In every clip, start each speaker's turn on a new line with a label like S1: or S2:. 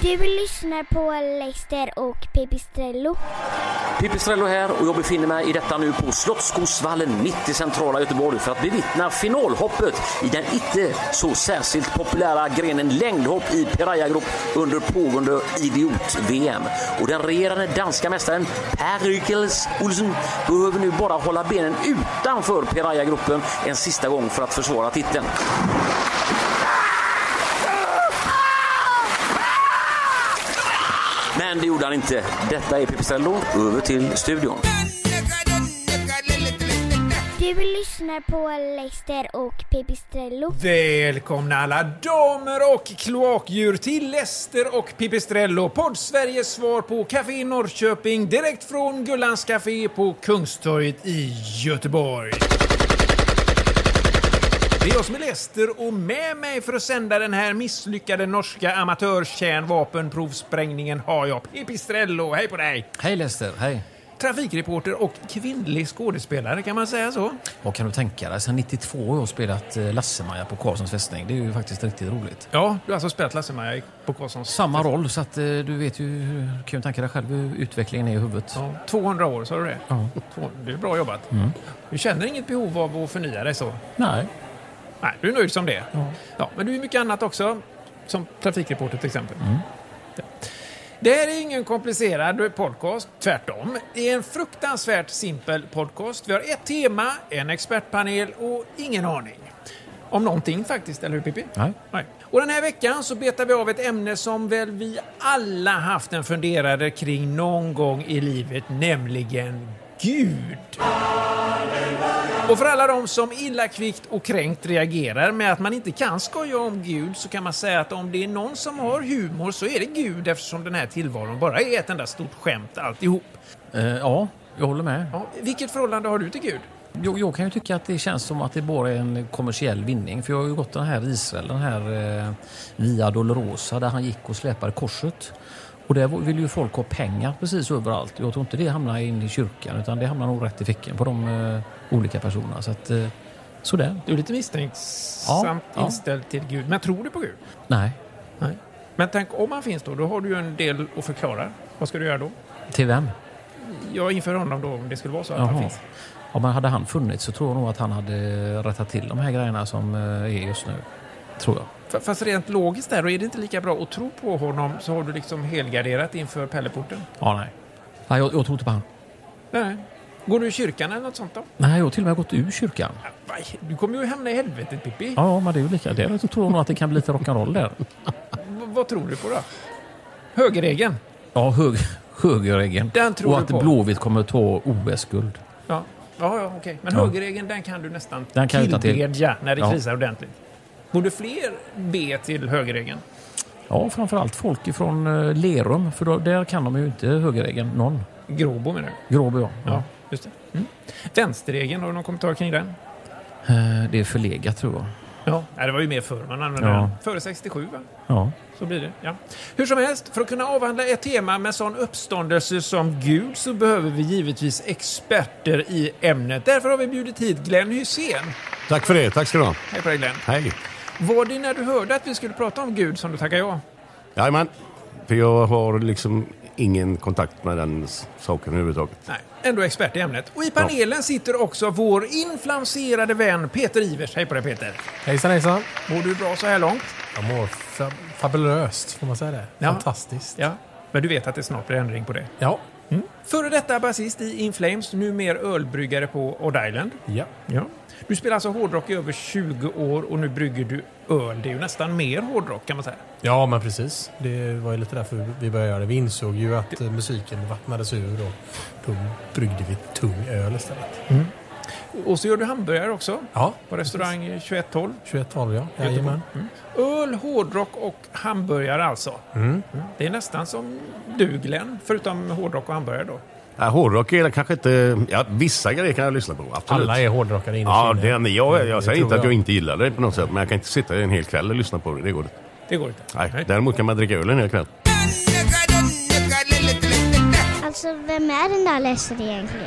S1: Du lyssnar på Leicester och Pipistrello.
S2: Pipistrello här och jag befinner mig i detta nu på Slottsskogsvallen mitt i centrala Göteborg för att bevittna finalhoppet i den inte så särskilt populära grenen längdhopp i Pirajagrupp under pågående Idiot-VM. Och den regerande danska mästaren Per Rykels Olsen behöver nu bara hålla benen utanför Pirajagruppen en sista gång för att försvara titeln. Men det gjorde han inte. Detta är Pipistrello, över till studion.
S1: Du lyssnar på Leicester och Pipistrello.
S3: Välkomna alla damer och kloakdjur till Lester och Pipistrello, podd Sveriges svar på Café Norrköping direkt från Gullans Café på Kungstorget i Göteborg. Det är jag som är Lester och med mig för att sända den här misslyckade norska amatörkärnvapenprovsprängningen har jag Pipistrello. Hej på dig!
S4: Hej Lester, hej.
S3: Trafikreporter och kvinnlig skådespelare, kan man säga så?
S4: Vad kan du tänka dig? Sedan 92 har jag spelat eh, Lasse-Maja på Karlssons fästning. Det är ju faktiskt riktigt roligt.
S3: Ja, du har alltså spelat Lasse-Maja på Karlssons
S4: Samma roll, så att eh, du vet ju, hur- kan ju tänka dig själv hur utvecklingen är i huvudet.
S3: Ja, 200 år, sa du det? Ja. Mm. Det är bra jobbat. Du känner inget behov av att förnya dig så?
S4: Nej.
S3: Nej, du är nöjd som det ja. Men du är mycket annat också. Som trafikreporter till exempel. Ja. Det här är ingen komplicerad podcast, tvärtom. Det är en fruktansvärt simpel podcast. Vi har ett tema, en expertpanel och ingen aning. Om någonting faktiskt, eller hur Pippi?
S4: Nej.
S3: Nej. Och den här veckan så betar vi av ett ämne som väl vi alla haft en funderare kring någon gång i livet, nämligen Gud. Och för alla de som illa kvickt och kränkt reagerar med att man inte kan skoja om Gud så kan man säga att om det är någon som har humor så är det Gud eftersom den här tillvaron bara är ett enda stort skämt alltihop.
S4: Eh, ja, jag håller med.
S3: Ja, vilket förhållande har du till Gud?
S4: Jag, jag kan ju tycka att det känns som att det bara är en kommersiell vinning. För jag har ju gått den här Israel, den här eh, Via Dolorosa, där han gick och släpade korset. Och där vill ju folk ha pengar precis överallt. Jag tror inte det hamnar in i kyrkan, utan det hamnar nog rätt i fickan på de eh, olika personerna. Så att, eh, sådär.
S3: Du är lite misstänksamt
S4: Ja, ja.
S3: inställd till Gud, men tror du på Gud?
S4: Nej.
S3: Nej. Men tänk om han finns då, då har du ju en del att förklara. Vad ska du göra då?
S4: Till vem?
S3: Jag inför honom då om det skulle vara så att han
S4: Jaha.
S3: finns.
S4: Ja, men hade han funnits så tror jag nog att han hade rättat till de här grejerna som eh, är just nu. Tror jag.
S3: F- Fast rent logiskt där, då är det inte lika bra att tro på honom så har du liksom helgarderat inför Pelleporten.
S4: Ja, nej. nej jag, jag tror inte på han.
S3: Nej. Går du i kyrkan eller något sånt då?
S4: Nej, jag har till och med gått ur kyrkan.
S3: Vaj, Du kommer ju hamna i helvetet Pippi.
S4: Ja, men det är ju lika. Det jag tror nog att det kan bli lite rock'n'roll där.
S3: V- vad tror du på då? Högerregeln.
S4: Ja, hög, högerregeln.
S3: Den tror
S4: Och
S3: du
S4: att
S3: på.
S4: Blåvitt kommer att ta OS-guld.
S3: Ja, ja, ja okej. Men
S4: Ja.
S3: högerregeln den kan du nästan
S4: Den kan jag utan till.
S3: tillbedja när det
S4: Ja.
S3: krisar ordentligt. Borde fler be till högerregeln?
S4: Ja, framförallt folk ifrån eh, Lerum, för då, där kan de ju inte högerregeln. Någon.
S3: Gråbo menar du?
S4: Gråby, ja.
S3: Ja, just det. Mm. Vänsterregeln, har du någon kommentar kring den?
S4: Eh, Det är förlegat, tror jag.
S3: Ja. Nej, det var ju mer förr man använde
S4: Ja.
S3: den. Före 67 va?
S4: Ja.
S3: Så blir det, ja. Hur som helst, för att kunna avhandla ett tema med sån uppståndelse som Gud så behöver vi givetvis experter i ämnet. Därför har vi bjudit hit Glenn Hysén.
S5: Tack för det, tack ska du ha.
S3: Hej på dig Glenn.
S5: Hej.
S3: Var det när du hörde att vi skulle prata om Gud som du tackade ja?
S5: Jajamän. För jag har liksom ingen kontakt med den s- saken överhuvudtaget.
S3: Nej, ändå expert i ämnet. Och i panelen sitter också vår inflamserade vän Peter Ivers. Hej på dig Peter!
S6: Hejsan hejsan!
S3: Mår du bra så här långt?
S6: Jag mår fa- fabulöst, får man säga det?
S3: Ja.
S6: Fantastiskt.
S3: Ja. Men du vet att det snart blir ändring på det?
S6: Ja. Mm.
S3: Före detta basist i In Flames, numer ölbryggare på Odd Island.
S6: ja.
S3: Ja. Du spelar alltså hårdrock i över 20 år och nu brygger du öl. Det är ju nästan mer hårdrock kan man säga.
S6: Ja, men precis. Det var ju lite därför vi började göra det. Vi insåg ju att eh, musiken vattnades ur och då bryggde vi tung öl istället.
S3: Och så gör du hamburgare också.
S6: Ja.
S3: På restaurang 2112.
S6: 21 var det, ja. Jajamän.
S7: Mm.
S3: Öl, hårdrock och Mm. hamburgare alltså. Mm. Det är nästan som du Glenn, förutom hårdrock och hamburgare då.
S7: Ja, hårdrock är kanske inte... Ja, vissa grejer kan jag lyssna på, absolut.
S4: Alla är hårdrockare inne
S7: Ja,
S4: i
S7: det är ni. Jag, jag säger
S4: tror
S7: inte att jag
S4: jag.
S7: inte gillar det på något sätt, men jag kan inte sitta en hel kväll och lyssna på det. Det går inte.
S3: Det går inte.
S7: Nej. Däremot kan man dricka öl en hel kväll.
S8: Alltså, vem är den där Lester egentligen?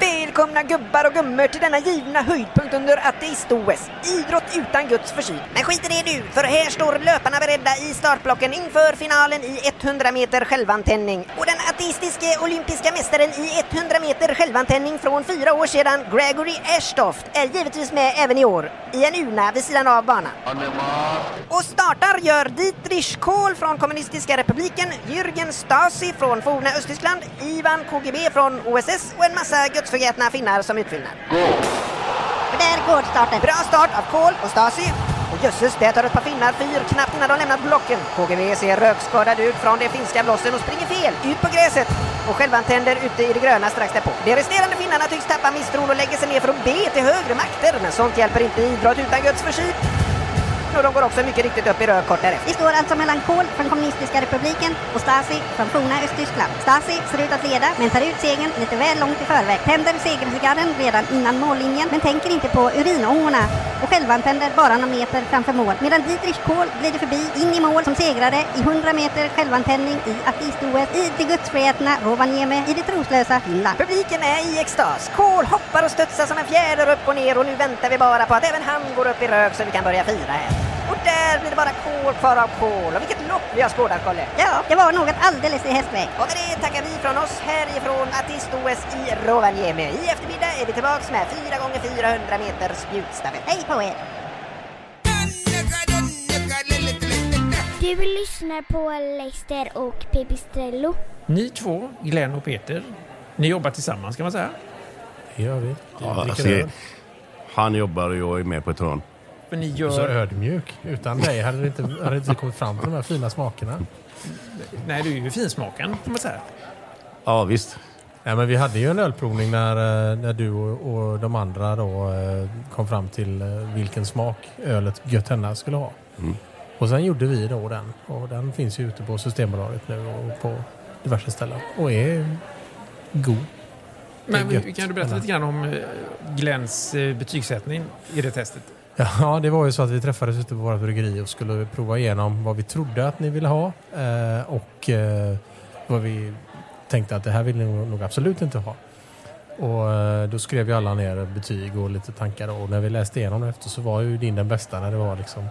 S5: Välkomna gubbar och gummor till denna givna höjdpunkt under ateist-OS. Idrott utan Guds försyn. Men skit i det nu, för här står löparna beredda i startblocken inför finalen i 100 meter självantändning. Och den ateistiske olympiska mästaren i 100 meter självantändning från fyra år sedan, Gregory Ashtoft, är givetvis med även i år. I en urna vid sidan av banan. Och startar gör Dietrich Kohl från Kommunistiska Republiken, Jürgen Stasi från forna Östtyskland, Ivan KGB från OSS och en massa gudsförgätna finnar som utfyllnad. Där går starten. Bra start av Kohl och Stasi. Och jösses, där tar ett par finnar fyr knappt innan de lämnat blocken. KGB ser rökskadad ut från det finska blåsten och springer fel, ut på gräset och självantänder ute i det gröna strax därpå. De resterande finnarna tycks tappa misstron och lägger sig ner för att be till högre makter, men sånt hjälper inte i idrott utan Guds försyn. Och de går också mycket riktigt upp i rök kort därefter.
S1: Vi står alltså mellan Kohl från Kommunistiska republiken och Stasi från forna Östtyskland. Stasi ser ut att leda, men tar ut segern lite väl långt i förväg. Tänder segercigarren redan innan mållinjen, men tänker inte på urinåhorna och självantänder bara några meter framför mål. Medan Dietrich Kohl glider förbi, in i mål som segrare i 100 meter självantändning i ateist-OS i det gudsfrihetna Rovaniemi i det troslösa Finland.
S5: Publiken är i extas. Kohl hoppar och studsar som en fjäder upp och ner och nu väntar vi bara på att även han går upp i rök så vi kan börja fira här. Och där blir det bara Kohl kvar av Kohl. Och vilket lopp vi har skådat, Kolle!
S1: Ja, det var något alldeles i hästväg.
S5: Och med det tackar vi från oss härifrån Artist-OS i Rovaniemi. I eftermiddag är vi tillbaks med 4 gånger 400 meter spjutstafett.
S1: Hej på er!
S8: Du lyssnar på Leicester och Pipistrello.
S3: Ni två, Glenn och Peter, ni jobbar tillsammans kan man säga.
S4: Det gör vi.
S7: Ja,
S4: Dricker
S7: alltså,
S4: öl.
S7: han jobbar och jag är med på ett hörn.
S3: För ni
S4: Så
S3: gör...
S4: ödmjuk. Utan dig hade det inte, hade det inte kommit fram till de här fina smakerna.
S3: Nej, du är ju finsmaken kan man säga.
S7: Ja, visst.
S4: Nej, men vi hade ju en ölprovning när, eh, när du och, och de andra då, eh, kom fram till eh, vilken smak ölet Götenna skulle ha. Och sen gjorde vi då den. Och den finns ju ute på Systembolaget nu och på diverse ställen. Och är god.
S3: Men
S4: Det är gött.
S3: kan du berätta lite grann om eh, Glenns eh, betygssättning i det testet?
S4: Ja, det var ju så att vi träffades ute på vårt bryggeri och skulle prova igenom vad vi trodde att ni ville ha eh, och eh, vad vi tänkte att det här vill ni nog absolut inte ha. Och eh, då skrev ju alla ner betyg och lite tankar och när vi läste igenom det efter så var ju din den bästa när det var liksom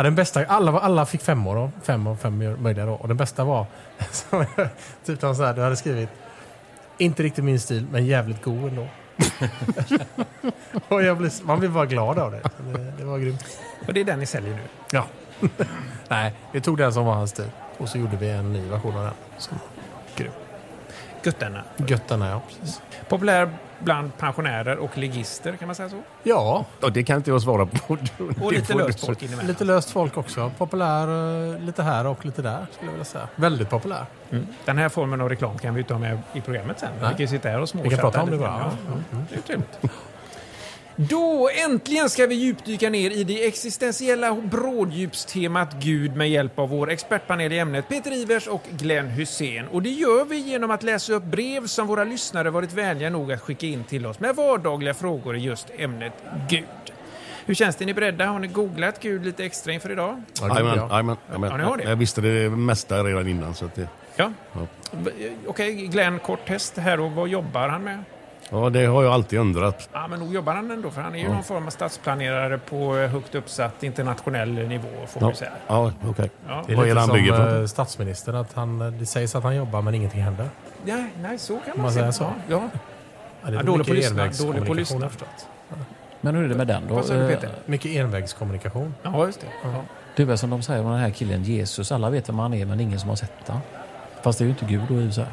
S4: Ja, den bästa, alla, var- alla fick femmor då. Fem av fem gör- möjliga då. Och den bästa var, som, jag- typ någon så här, du hade skrivit, inte riktigt min stil, men jävligt god ändå. och jag blev, man blir bara glad av det. Så Det, det var grymt.
S3: Och det är den ni säljer nu.
S4: Ja. Nej, vi tog den som var hans stil. Och så gjorde vi en ny version av den. Som var grym.
S3: Götterna.
S4: Götterna, ja. Precis.
S3: Populär bland pensionärer och legister kan man säga så.
S4: Ja,
S7: Och det kan inte jag svara på. Det
S3: Och lite
S7: får du-
S3: löst folk inemellan.
S4: lite löst folk också. Populär eh, lite här och lite där, skulle jag vilja säga. Väldigt populär.
S3: Den här formen av reklam kan vi inte ha med i programmet sen. Vi kan ju sitta här och
S4: Vi kan
S3: småchatta.
S4: prata om det
S3: lite
S4: bara.
S3: grann.
S4: ja.
S3: Ja, det är trevligt. Då äntligen ska vi djupdyka ner i det existentiella bråddjupstemat Gud med hjälp av vår expertpanel i ämnet Peter Ivers och Glenn Hussein. Och det gör vi genom att läsa upp brev som våra lyssnare varit vänliga nog att skicka in till oss med vardagliga frågor i just ämnet Gud. Hur känns det? Är ni beredda? Har ni googlat Gud lite extra inför idag?
S4: Ja, det gjorde
S7: Jajamän,
S4: jag.
S7: jajamän, jajamän.
S3: Ja, ni har det.
S7: Jag visste det mesta redan innan. Så att det...
S3: Ja.
S7: Ja.
S3: V- Okej, Glenn, kort test här då. Vad jobbar han med?
S5: Ja, det har jag alltid undrat.
S3: Ja, men nog jobbar han ändå, för han är ju
S5: Ja.
S3: någon form av stadsplanerare på eh, högt uppsatt internationell nivå, får
S5: Ja,
S3: man ju säga.
S5: ja okej.
S3: Ja.
S6: Det är
S5: Vad är
S6: lite
S5: det han bygger
S6: som
S5: för?
S6: eh, statsministern. Att han, eh, det sägs att han jobbar men ingenting händer.
S3: Nej, nej, så kan
S6: Om
S3: man,
S6: man säger
S3: säga.
S6: så.
S3: Ja, ja.
S6: Ja, det är
S3: ja, dålig
S6: mycket
S3: på att lyssna.
S6: envägs-
S3: Dålig på att
S6: kommunikation
S3: lyssna.
S6: efteråt.
S4: Men hur är det med den då?
S3: Vad sa du,
S4: Eh,
S3: Peter?
S6: Mycket envägskommunikation.
S3: Ja, just det. Ja.
S4: Det är väl som de säger om den här killen Jesus. Alla vet vem han är men ingen som har sett han. Fast det är ju inte Gud då i och för sig.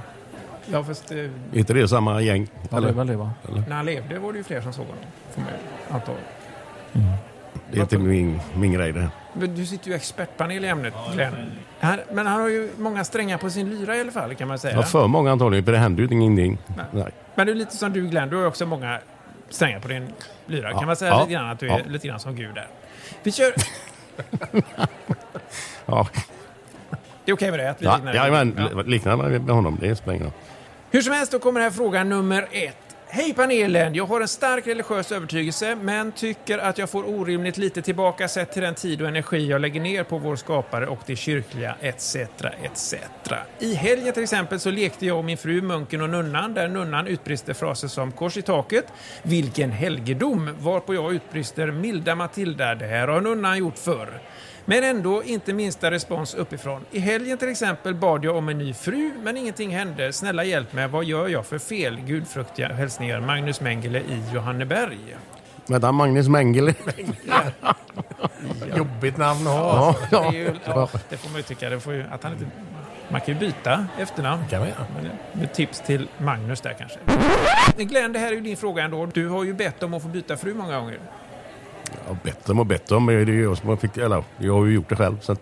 S3: Ja, fast eh,
S5: Är inte det samma gäng?
S4: Ja, det är väl det va?
S3: när han levde var det ju fler som såg honom, får man ju anta.
S5: Det är inte min, min grej det här.
S3: Men du sitter ju i expertpanel i ämnet, Glenn. Han, men han har ju många strängar på sin lyra i alla fall, kan man säga.
S5: Ja, för många antagligen, för det händer ju ingenting.
S3: Nej.
S5: Nej.
S3: Men det är lite som du Glenn, du har ju också många strängar på din lyra.
S5: Ja.
S3: Kan man säga
S5: Ja.
S3: lite grann att du är
S5: Ja.
S3: lite grann som Gud där? Vi kör...
S5: Ja,
S3: Det är okej med det? Att vi
S5: ja,
S3: liknar-
S5: ja, men liknar man med honom, det spelar ingen roll.
S3: Hur som helst, då kommer här fråga nummer ett. Hej panelen! Jag har en stark religiös övertygelse men tycker att jag får orimligt lite tillbaka sett till den tid och energi jag lägger ner på vår skapare och det kyrkliga etc. etc. I helgen till exempel så lekte jag och min fru munken och nunnan där nunnan utbrister fraser som “Kors i taket”, “Vilken helgedom” varpå jag utbrister “Milda Matilda, det här har nunnan gjort förr”. Men ändå inte minsta respons uppifrån. I helgen till exempel bad jag om en ny fru, men ingenting hände. Snälla hjälp mig, vad gör jag för fel? Gudfruktiga hälsningar Magnus Mengele i Johanneberg.
S5: Vänta, Magnus Mengele.
S6: Jobbigt namn att ha.
S5: Ja,
S6: alltså.
S3: Det, är ju, ja, det får man ju tycka. Det får ju, att han inte, man kan ju byta efternamn. Kan man Med tips till Magnus där kanske. Glenn, det här är ju din fråga ändå. Du har ju bett om att få byta fru många gånger.
S5: Ja, bett dem och bett dem. men Det är jag som har fick, eller, jag har ju gjort det själv. Så att,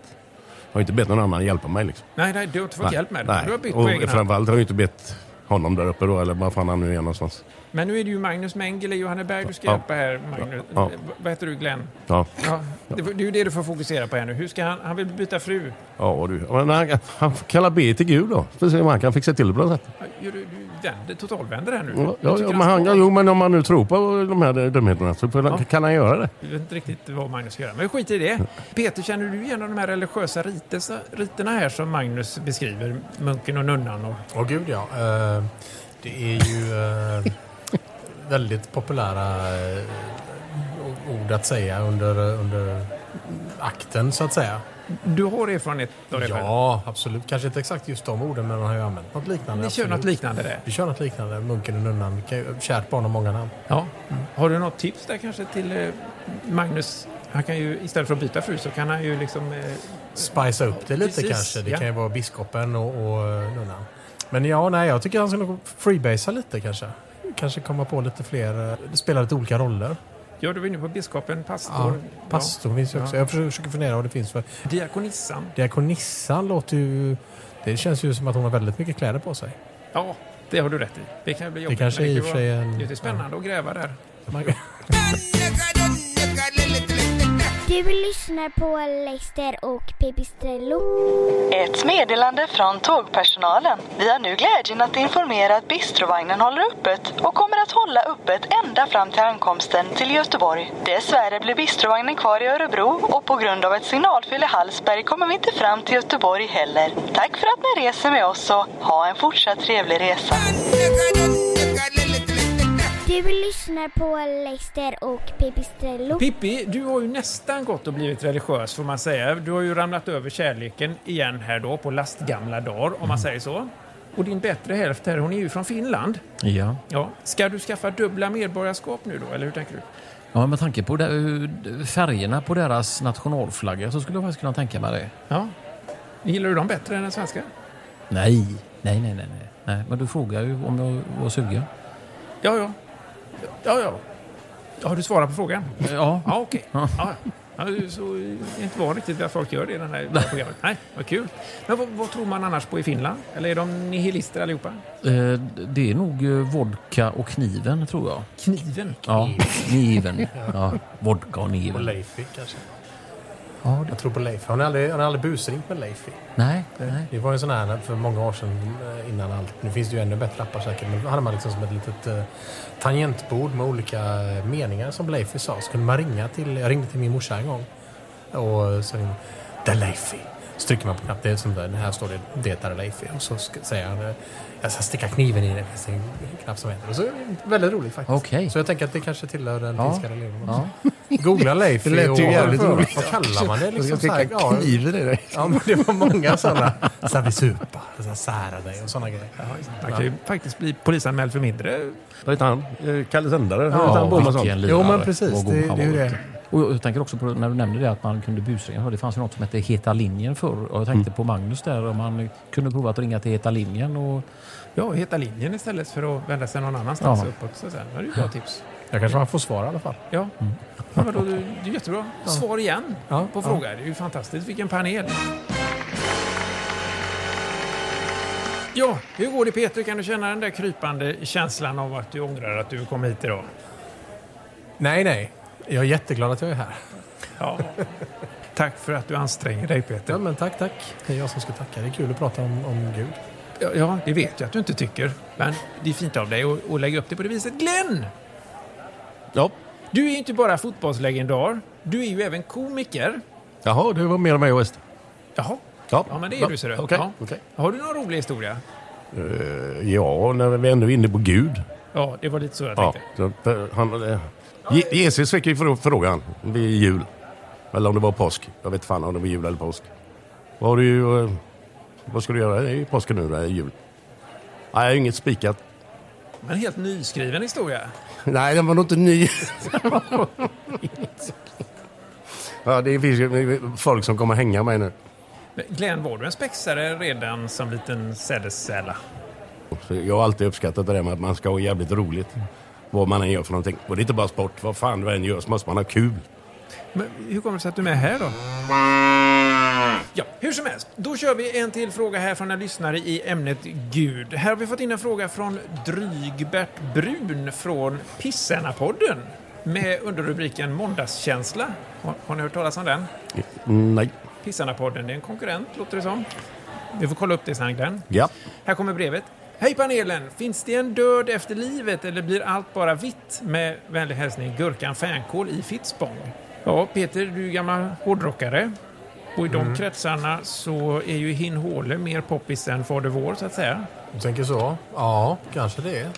S5: jag har inte bett någon annan hjälpa mig. Liksom.
S3: Nej, nej, du har inte fått hjälp med det.
S5: Nej.
S3: Du har bytt på egen
S5: och
S3: hand.
S5: framförallt har jag inte bett honom där uppe då, eller var fan han nu är någonstans.
S3: Men nu är det ju Magnus Mengele i Johanneberg du ska
S5: Ja.
S3: hjälpa här, Magnus.
S5: Ja.
S3: V- Vad heter du, Glenn?
S5: Ja.
S3: Ja, det, det är ju det du får fokusera på här nu. Hur ska han, han vill byta fru.
S5: Ja, du. Men han, han får kalla B till Gud då. För att se om han kan fixa till det på något sätt.
S3: Ja, Du, du vänder, totalvänder här nu.
S5: Ja,
S3: Jag
S5: ja,
S3: tycker
S5: men han, ja, jo, men om man nu tror på de här dumheterna så får han-
S3: Ja.
S5: kan han göra det.
S3: Jag vet inte riktigt vad Magnus ska göra, men skit i det. Peter, känner du igen de här religiösa riterna, riterna här som Magnus beskriver? Munken och nunnan och...
S6: Åh gud ja. Eh, det är ju eh, väldigt populära eh, o- ord att säga under, under akten så att säga.
S3: Du har erfarenhet av det själv?
S6: Ja, absolut. Kanske inte exakt just de orden men man har ju använt något liknande.
S3: Ni kör
S6: absolut.
S3: något liknande där?
S6: Vi kör något liknande. Munken och nunnan. Vi kan ju- Kärt barn har många namn.
S3: Ja. Har du något tips där kanske till eh, Magnus? Han kan ju, istället för att byta fru så kan han ju liksom... Eh,
S6: Spicea upp det lite
S3: Precis,
S6: kanske. Det
S3: ja.
S6: kan ju vara biskopen och, och eh, nunnan. Men ja, nej, jag tycker han ska nog freebasea lite kanske. Kanske komma på lite fler, eh, spela lite olika roller.
S3: ja, du var inne på biskopen, pastor.
S6: Ja, pastor finns ju också. Jag försöker fundera vad det finns för...
S3: Diakonissan.
S6: Diakonissan låter ju... Det känns ju som att hon har väldigt mycket kläder på sig.
S3: Ja, det har du rätt i. Det kan ju bli jobbigt.
S6: kanske
S3: men
S6: i
S3: kan
S6: och
S3: ju
S6: för sig
S3: vara-
S6: en-
S3: Det är ju lite spännande att gräva där.
S1: Du lyssnar på Leicester och Pipistrello.
S9: Ett meddelande från tågpersonalen. Vi har nu glädjen att informera att bistrovagnen håller öppet och kommer att hålla öppet ända fram till ankomsten till Göteborg. Dessvärre blir bistrovagnen kvar i Örebro och på grund av ett signalfel i Hallsberg kommer vi inte fram till Göteborg heller. Tack för att ni reser med oss och ha en fortsatt trevlig resa.
S1: Du lyssnar på Leicester och Pipistrello.
S3: Pippi, du har ju nästan gått och blivit religiös får man säga. Du har ju ramlat över kärleken igen här då på lastgamla dagar om
S6: Mm.
S3: man säger så. Och din bättre hälft här, hon är ju från Finland.
S4: Ja.
S3: Ja. Ska du skaffa dubbla medborgarskap nu då, eller hur tänker du?
S4: Ja, med tanke på det, hur- färgerna på deras nationalflagga så skulle jag faktiskt kunna tänka mig det.
S3: Ja. Gillar du dem bättre än den svenska?
S4: Nej, nej, nej, nej. nej. nej men du frågar ju om jag var sugen.
S3: Ja, ja. Ja, ja. Har du svarat på frågan?
S4: Ja.
S3: Ja, okej. Ja. ja. Ja, det är så det är inte van riktigt att folk gör det i den här programmet. Nej, vad kul. Men vad, vad tror man annars på i Finland? Eller är de nihilister allihopa?
S4: Eh, Det är nog eh, vodka och kniven, tror jag.
S3: Kniven?
S4: Ja, kniven. Ja, vodka och
S6: Och
S4: kniven.
S6: Leify kanske. Jag tror på Leify. Har ni aldrig, har ni aldrig busringt med Leify?
S4: Nej,
S6: Det var ju en sån här för många år sedan eh, innan allt. Nu finns det ju ännu bättre appar säkert. Men då hade man liksom som ett litet eh, tangentbord med olika eh, meningar som Leify sa. Så kunde man ringa till... Jag ringde till min morsa en gång. Och så ringde jag. Där Leify. Så trycker man på knappen, det är som där, här står det Det är Leifi. Och så ska, säger han, eh, jag ska sticka kniven i den. Finns det en knapp som heter. Och så, är det väldigt roligt faktiskt. Så jag tänker att det kanske tillhör den
S5: Ja.
S6: finska religionen.
S5: Ja.
S6: Googla Leifi.
S5: Det lät ju
S6: och-
S5: jävligt roligt.
S6: Vad kallar man det? liksom
S5: Jag ska sticka
S6: ja.
S5: kniven i dig.
S6: Ja, men det var många sådana. Så här, vi supar, så här, sära dig och sådana grejer.
S3: Man kan ju faktiskt bli polisanmäld för mindre.
S5: Vad heter han? Eh, Kalle Sändare?
S6: Ja,
S5: Heter han Bohman sånt?
S4: vilken lirare. Vad god han var. Och jag- jag tänker också på när du nämnde det att man kunde busringa. Det fanns ju något som hette Heta linjen förr. Och jag tänkte
S5: Mm.
S4: på Magnus där om han kunde prova att ringa till Heta linjen. Och...
S3: Ja, Heta linjen istället för att vända sig någon annanstans
S4: Ja.
S3: uppåt. Så sen, det är ju bra tips.
S6: Jag kanske man får svar i alla fall.
S3: Ja. Ja, men då, det det är jättebra. Svar igen
S6: Mm. Ja,
S3: på
S6: ja.
S3: frågor. Det är ju fantastiskt. Vilken panel. Ja, hur går det Peter? Kan du känna den där krypande känslan av att du ångrar att du kom hit idag?
S6: Nej, nej. Jag är jätteglad att jag är här.
S3: Ja. tack för att du anstränger dig Peter.
S6: Ja, men tack, tack. Det är jag som ska tacka. Det är kul att prata om, om Gud.
S3: Ja, ja, det vet jag att du inte tycker. Men det är fint av dig att, att lägga upp det på det viset. Glenn!
S5: Ja.
S3: Du är ju inte bara fotbollslegendar. Du är ju även komiker.
S5: Jaha, du var med om mig och West.
S3: Jaha.
S5: Ja,
S3: Ja, men det är
S5: Ja,
S3: du ser du.
S5: okej,
S3: ja. Har du någon rolig historia?
S5: Eh, ja, när vi ändå är inne på Gud.
S3: Ja, det var lite så jag
S5: Ja,
S3: tänkte.
S5: så, han, eh, Je- Jesus fick ju frå- frågan vid jul. Eller om det var påsk. Jag vet fan om det var jul eller påsk. Vad, har du, eh, vad ska du göra i påsken nu då, i jul? Nej, inget spikat.
S3: Men en helt nyskriven historia.
S5: Nej, den var nog inte ny. ja, det finns ju folk som kommer hänga mig nu.
S3: Men Glenn, var du en spexare redan som liten sädessälla?
S5: Så Jag har alltid uppskattat det där med att man ska ha jävligt roligt. Vad man än gör för någonting. Och det är inte bara sport. Vad fan du än gör så måste man ha kul.
S3: Men hur kommer det sig att du är med här då? Ja, hur som helst. Då kör vi en till fråga här från en lyssnare i ämnet Gud. Här har vi fått in en fråga från Drygbert Brun från Pissarna-podden med underrubriken Måndagskänsla. Har, har ni hört talas om den?
S5: Nej.
S3: Pissarna-podden, det är en konkurrent låter det som. Vi får kolla upp det sen Glenn.
S5: Ja.
S3: Här kommer brevet. Hej panelen! Finns det en död efter livet eller blir allt bara vitt? Med vänlig hälsning Gurkan Fänkål i Fittspång. Ja, Peter, du är gammal hårdrockare. Och i de
S6: Mm.
S3: kretsarna så är ju Hin Håle mer poppis än Fader Vår, så att säga.
S6: Du tänker så? Ja, kanske det. är.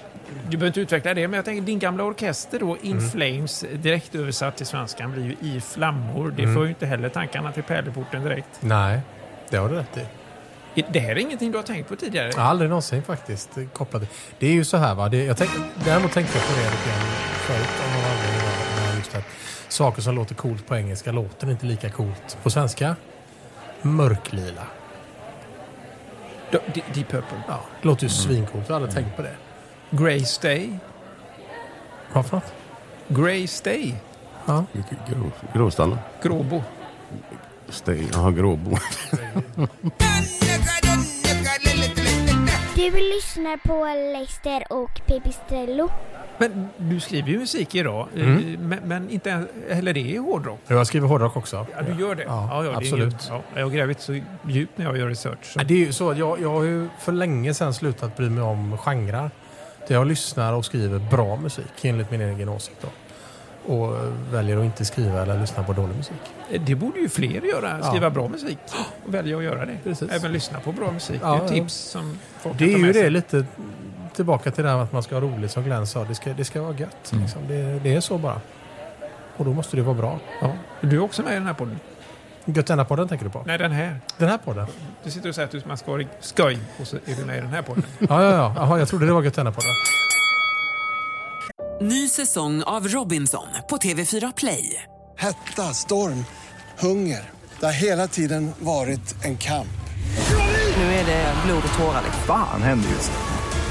S3: Du behöver inte utveckla det, men jag tänker din gamla orkester då, In
S6: Mm.
S3: Flames, direkt översatt till svenskan, blir ju I flammor. Det
S6: Mm.
S3: för ju inte heller tankarna till pärleporten direkt.
S6: Nej, det har du rätt i.
S3: Det här är ingenting du har tänkt på tidigare?
S6: Jag har Aldrig någonsin faktiskt eh, kopplat det. Det är ju så här va. Det, jag tänk, däremot tänkte jag på det lite grann förut av någon anledning. va, när Just att saker som låter coolt på engelska låter inte lika coolt på svenska. Mörklila.
S3: De- Deep Purple?
S6: Ja, det låter ju svincoolt. Jag har aldrig tänkt på det.
S3: Grace Day?
S6: Vad för något?
S3: Grace Day?
S6: Ja.
S5: Grå, gråstanna.
S3: Gråbo.
S5: Steg. Jaha, gråbo.
S1: Du lyssnar på Leicester och Pipistrello.
S3: Men du skriver ju musik idag, eh,
S6: Mm.
S3: men, men inte ens- heller det är hårdrock.
S6: Jag har skrivit hårdrock också.
S3: Ja, du gör det?
S6: Ja,
S3: det är
S6: absolut.
S3: grymt. Ja, jag har grävt så djupt när jag gör research. Så.
S6: Nej, Det är ju så att jag, jag har ju för länge sedan slutat bry mig om genrer. Där Jag lyssnar och skriver bra musik enligt min egen åsikt. Då. Och eh, väljer att inte skriva eller lyssna på dålig musik.
S3: eh, Det borde ju fler göra,
S6: Ja.
S3: skriva bra musik och välja att göra det. Även lyssna på bra musik.
S6: Ja,
S3: det är
S6: ja.
S3: tips som folk
S6: Det
S3: kan
S6: är
S3: ta
S6: ju
S3: med sig.
S6: det lite tillbaka till det här med att man ska ha roligt som Glenn sa. Det ska, det ska vara gött. Liksom. Det, det är så bara. Och då måste det vara bra.
S3: Du är också med i den här podden.
S6: Gött denna podden tänker du på?
S3: Nej, den här.
S6: Den här podden?
S3: Du sitter och säger att du- man ska vara skoj och så är du med i den här podden.
S6: Ja, ja, ja. Jaha, jag trodde det var gött denna podden.
S10: Ny säsong av Robinson på TV4 Play.
S11: Hetta, storm, hunger. Det har hela tiden varit en kamp.
S10: Nu är det blod och tårar.
S12: Fan händer just det.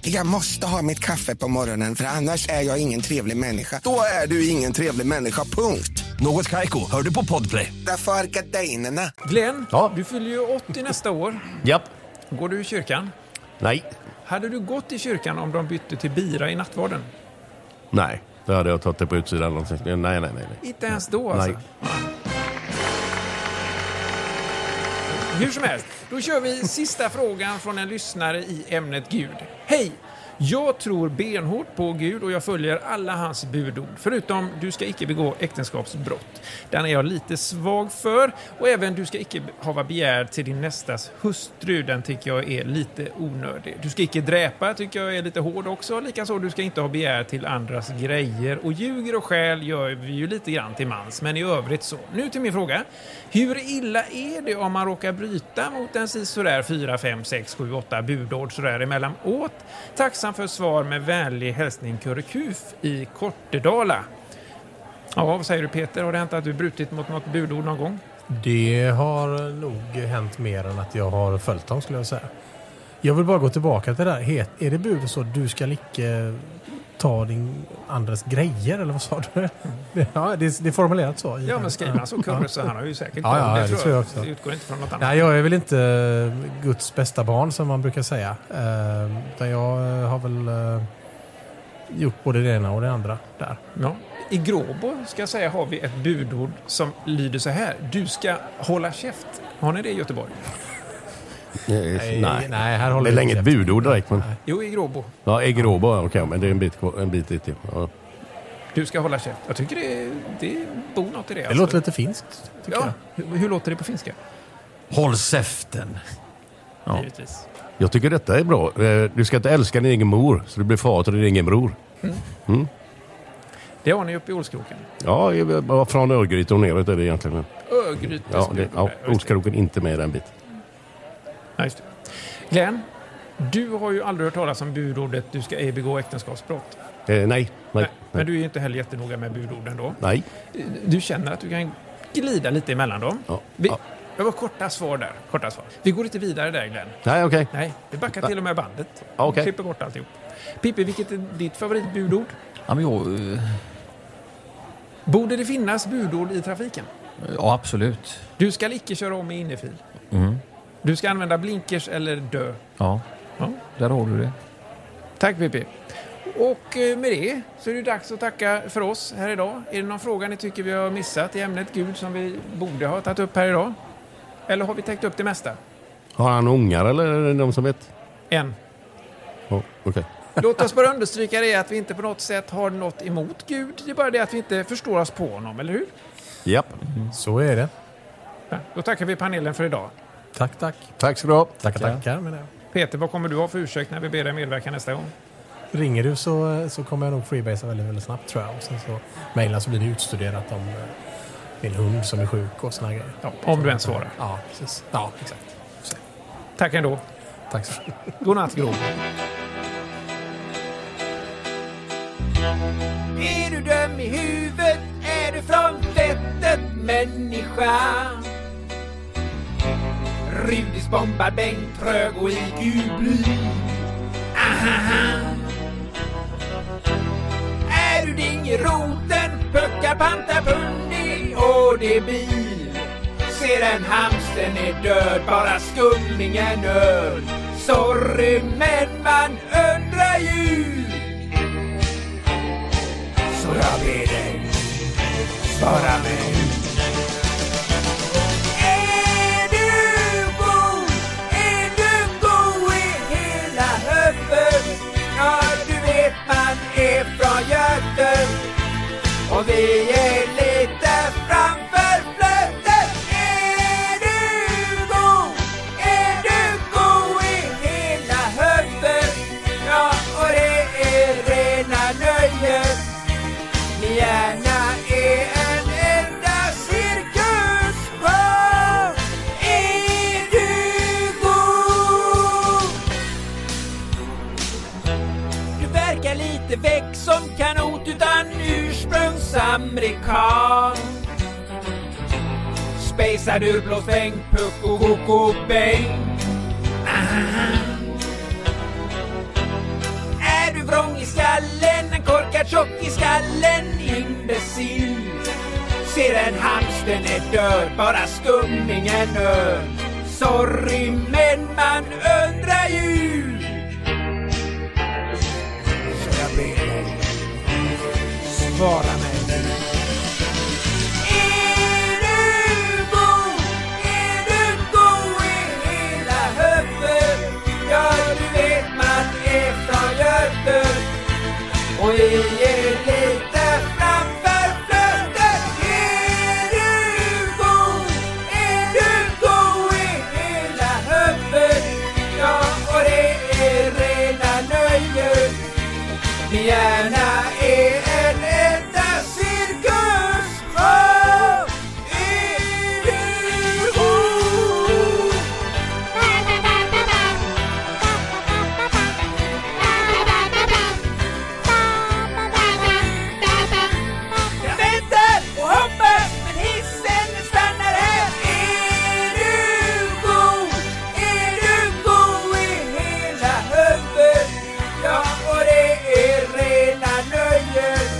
S13: Jag måste ha mitt kaffe på morgonen för annars är jag ingen trevlig människa. Då är du ingen trevlig människa, punkt.
S14: Något Kaiko, hör du på Podplay.
S13: Därför är gardinerna.
S3: Glenn,
S5: Ja.
S3: du fyller ju 80 nästa år.
S5: Japp.
S3: Går du i kyrkan?
S5: Nej.
S3: Hade du gått i kyrkan om de bytte till bira i nattvarden?
S5: Nej. Då hade jag tagit det på utsidan. eller någonting. Nej, nej, nej. nej.
S3: Inte ens då alltså?
S5: nej.
S3: Hur som helst, då kör vi sista frågan från en lyssnare i ämnet Gud. Hej! Jag tror benhårt på Gud och jag följer alla hans budord, förutom du ska icke begå äktenskapsbrott. Den är jag lite svag för och även du ska icke hava begär till din nästas hustru. Den tycker jag är lite onödig. Du ska icke dräpa tycker jag är lite hård också. Likaså du ska inte ha begär till andras grejer och ljuger och skäl gör vi ju lite grann till mans, men i övrigt så. Nu till min fråga. Hur illa är det om man råkar bryta mot en sisådär 4, 5, 6, 7, 8 budord sådär emellanåt? Tacksam för svar med vänlig hälsning Kurrekuf i Kortedala. Ja, vad säger du Peter? Har det hänt att du brutit mot något budord någon gång?
S6: Det har nog hänt mer än att jag har följt dem skulle jag säga. Jag vill bara gå tillbaka till det där. Het, är det bud så du ska icke ta din andres grejer eller vad sa du? Det- Ja, det, det är formulerat så.
S3: Ja, men skriver han så kurre så han har ju säkert
S6: Ja,
S3: koll.
S6: ja, det tror jag
S3: Det
S6: också.
S3: utgår inte från något annat.
S6: Nej, jag är väl inte Guds bästa barn som man brukar säga. Eh, Utan jag eh, har väl eh, gjort både det ena och det andra där.
S3: Ja. I Gråbo ska jag säga har vi ett budord som lyder så här. Du ska hålla käft. Har ni det i Göteborg?
S5: Nej, nej.
S6: nej, här håller
S5: det är
S6: vi
S5: länge ett
S6: käften.
S5: budord direkt. Men...
S3: Jo, i Gråbo.
S5: Ja, äggrobo, okej, men det är en bit, kvar- en bit dit till. Ja.
S3: Du ska hålla käft. Jag tycker det, det bor något i det.
S6: Det
S3: alltså.
S6: låter lite finskt. tycker
S3: ja. Hur, hur låter det på finska?
S4: Håll säften.
S5: Ja.
S3: Givetvis.
S5: Jag tycker detta är bra. Eh, Du ska inte älska din egen mor, så du blir far till din egen bror.
S3: Mm.
S5: Mm.
S3: Det har ni uppe i Olskroken.
S5: Ja, jag- jag- Eh, från Örgryte och neråt är det egentligen.
S3: Örgryte
S5: Ja,
S3: skulle
S5: det,
S3: jag
S5: ja
S3: säga.
S5: Olskroken inte med i den biten.
S3: Ja, just det. Glenn, du har ju aldrig hört talas om budordet du ska ej begå äktenskapsbrott.
S5: Eh, nej, nej,
S3: Men du är ju inte heller jättenoga med budorden då.
S5: nej.
S3: Du känner att du kan glida lite emellan dem.
S5: Ja.
S3: Vi, Det var korta svar där. Korta svar. Vi går inte vidare där Glenn.
S5: Nej, okej.
S3: Nej, vi backar till och med bandet.
S5: Ja, okej.
S3: Klipper bort alltihop. Pippi, vilket är ditt favoritbudord?
S4: Ja, men jag, eh,
S3: Borde det finnas budord i trafiken?
S4: ja, absolut.
S3: Du ska icke köra om i innefil.
S4: Mm.
S3: Du ska använda blinkers eller dö.
S4: Ja.
S3: Ja.
S4: där har du det.
S3: Tack Pippi. Och eh, med det så är det dags att tacka för oss här idag. Är det någon fråga ni tycker vi har missat i ämnet Gud som vi borde ha tagit upp här idag? Eller har vi täckt upp det mesta?
S5: Har han ungar eller är det någon som vet?
S3: En.
S5: Ja, okej.
S3: Låt oss bara understryka det att vi inte på något sätt har något emot Gud. Det är bara det att vi inte förstår oss på honom, eller hur?
S5: Japp.
S6: Så är det.
S3: Ja, Då tackar vi panelen för idag.
S6: Tack, tack.
S5: Tack ska du ha.
S6: Tackar, tackar. menar jag.
S3: Peter, vad kommer du ha för ursäkt när vi ber dig medverka nästa gång?
S6: Ringer du så, så kommer jag nog freebasea väldigt, väldigt snabbt tror jag. Och sen så mejlar så blir det utstuderat om eh, min hund som är sjuk och såna grejer.
S3: Ja, om du ens svarar.
S6: Ja, precis. Ja, exakt.
S3: Tack ändå.
S6: Tack så mycket.
S3: Godnatt, Gro. Är du döm i huvudet? Är du från fettet människa? Rudis bombar Bengt Trög och IQ bly. Ahaha. Är du din i roten? Puckar pantar pundi och det är bil. Ser en hamsten är död, bara skumlingen öl. Sorry men man undrar ju. Så jag ber dig, svara mig. Är du god? Är du god i hela höften? Ja, du vet man är från Göten och vi är lite framför flöten. Är du god? Är du god i hela höften? Ja, och det är rena nöjet. Min hjärna är en enda cirkusshow. Är du god? Du verkar lite väck som kanot utan ursprungsamerikan. Spejsad urblåst vängpuck och kokobäng. Ah. Är du vrång i skallen, en korkad tjock i skallen, imbecill?
S5: ser en hamsten är död, bara skumningen ör. Sorry men man undrar ju. Så jag ber dig, svara mig nu. Är du god? Är du god i hela huvudet? Ja, du vet man är från Götet. Och vi är lite framför flödet. Är du god? Är du god i hela huvudet? Ja, och det är rena nöjet. Min hjärna är en enda cirkus. Åh, är du god? Jag väntar och hoppas men hissen stannar här. Är du god? Är du god i hela huvudet? Ja, och det är rena nöjet.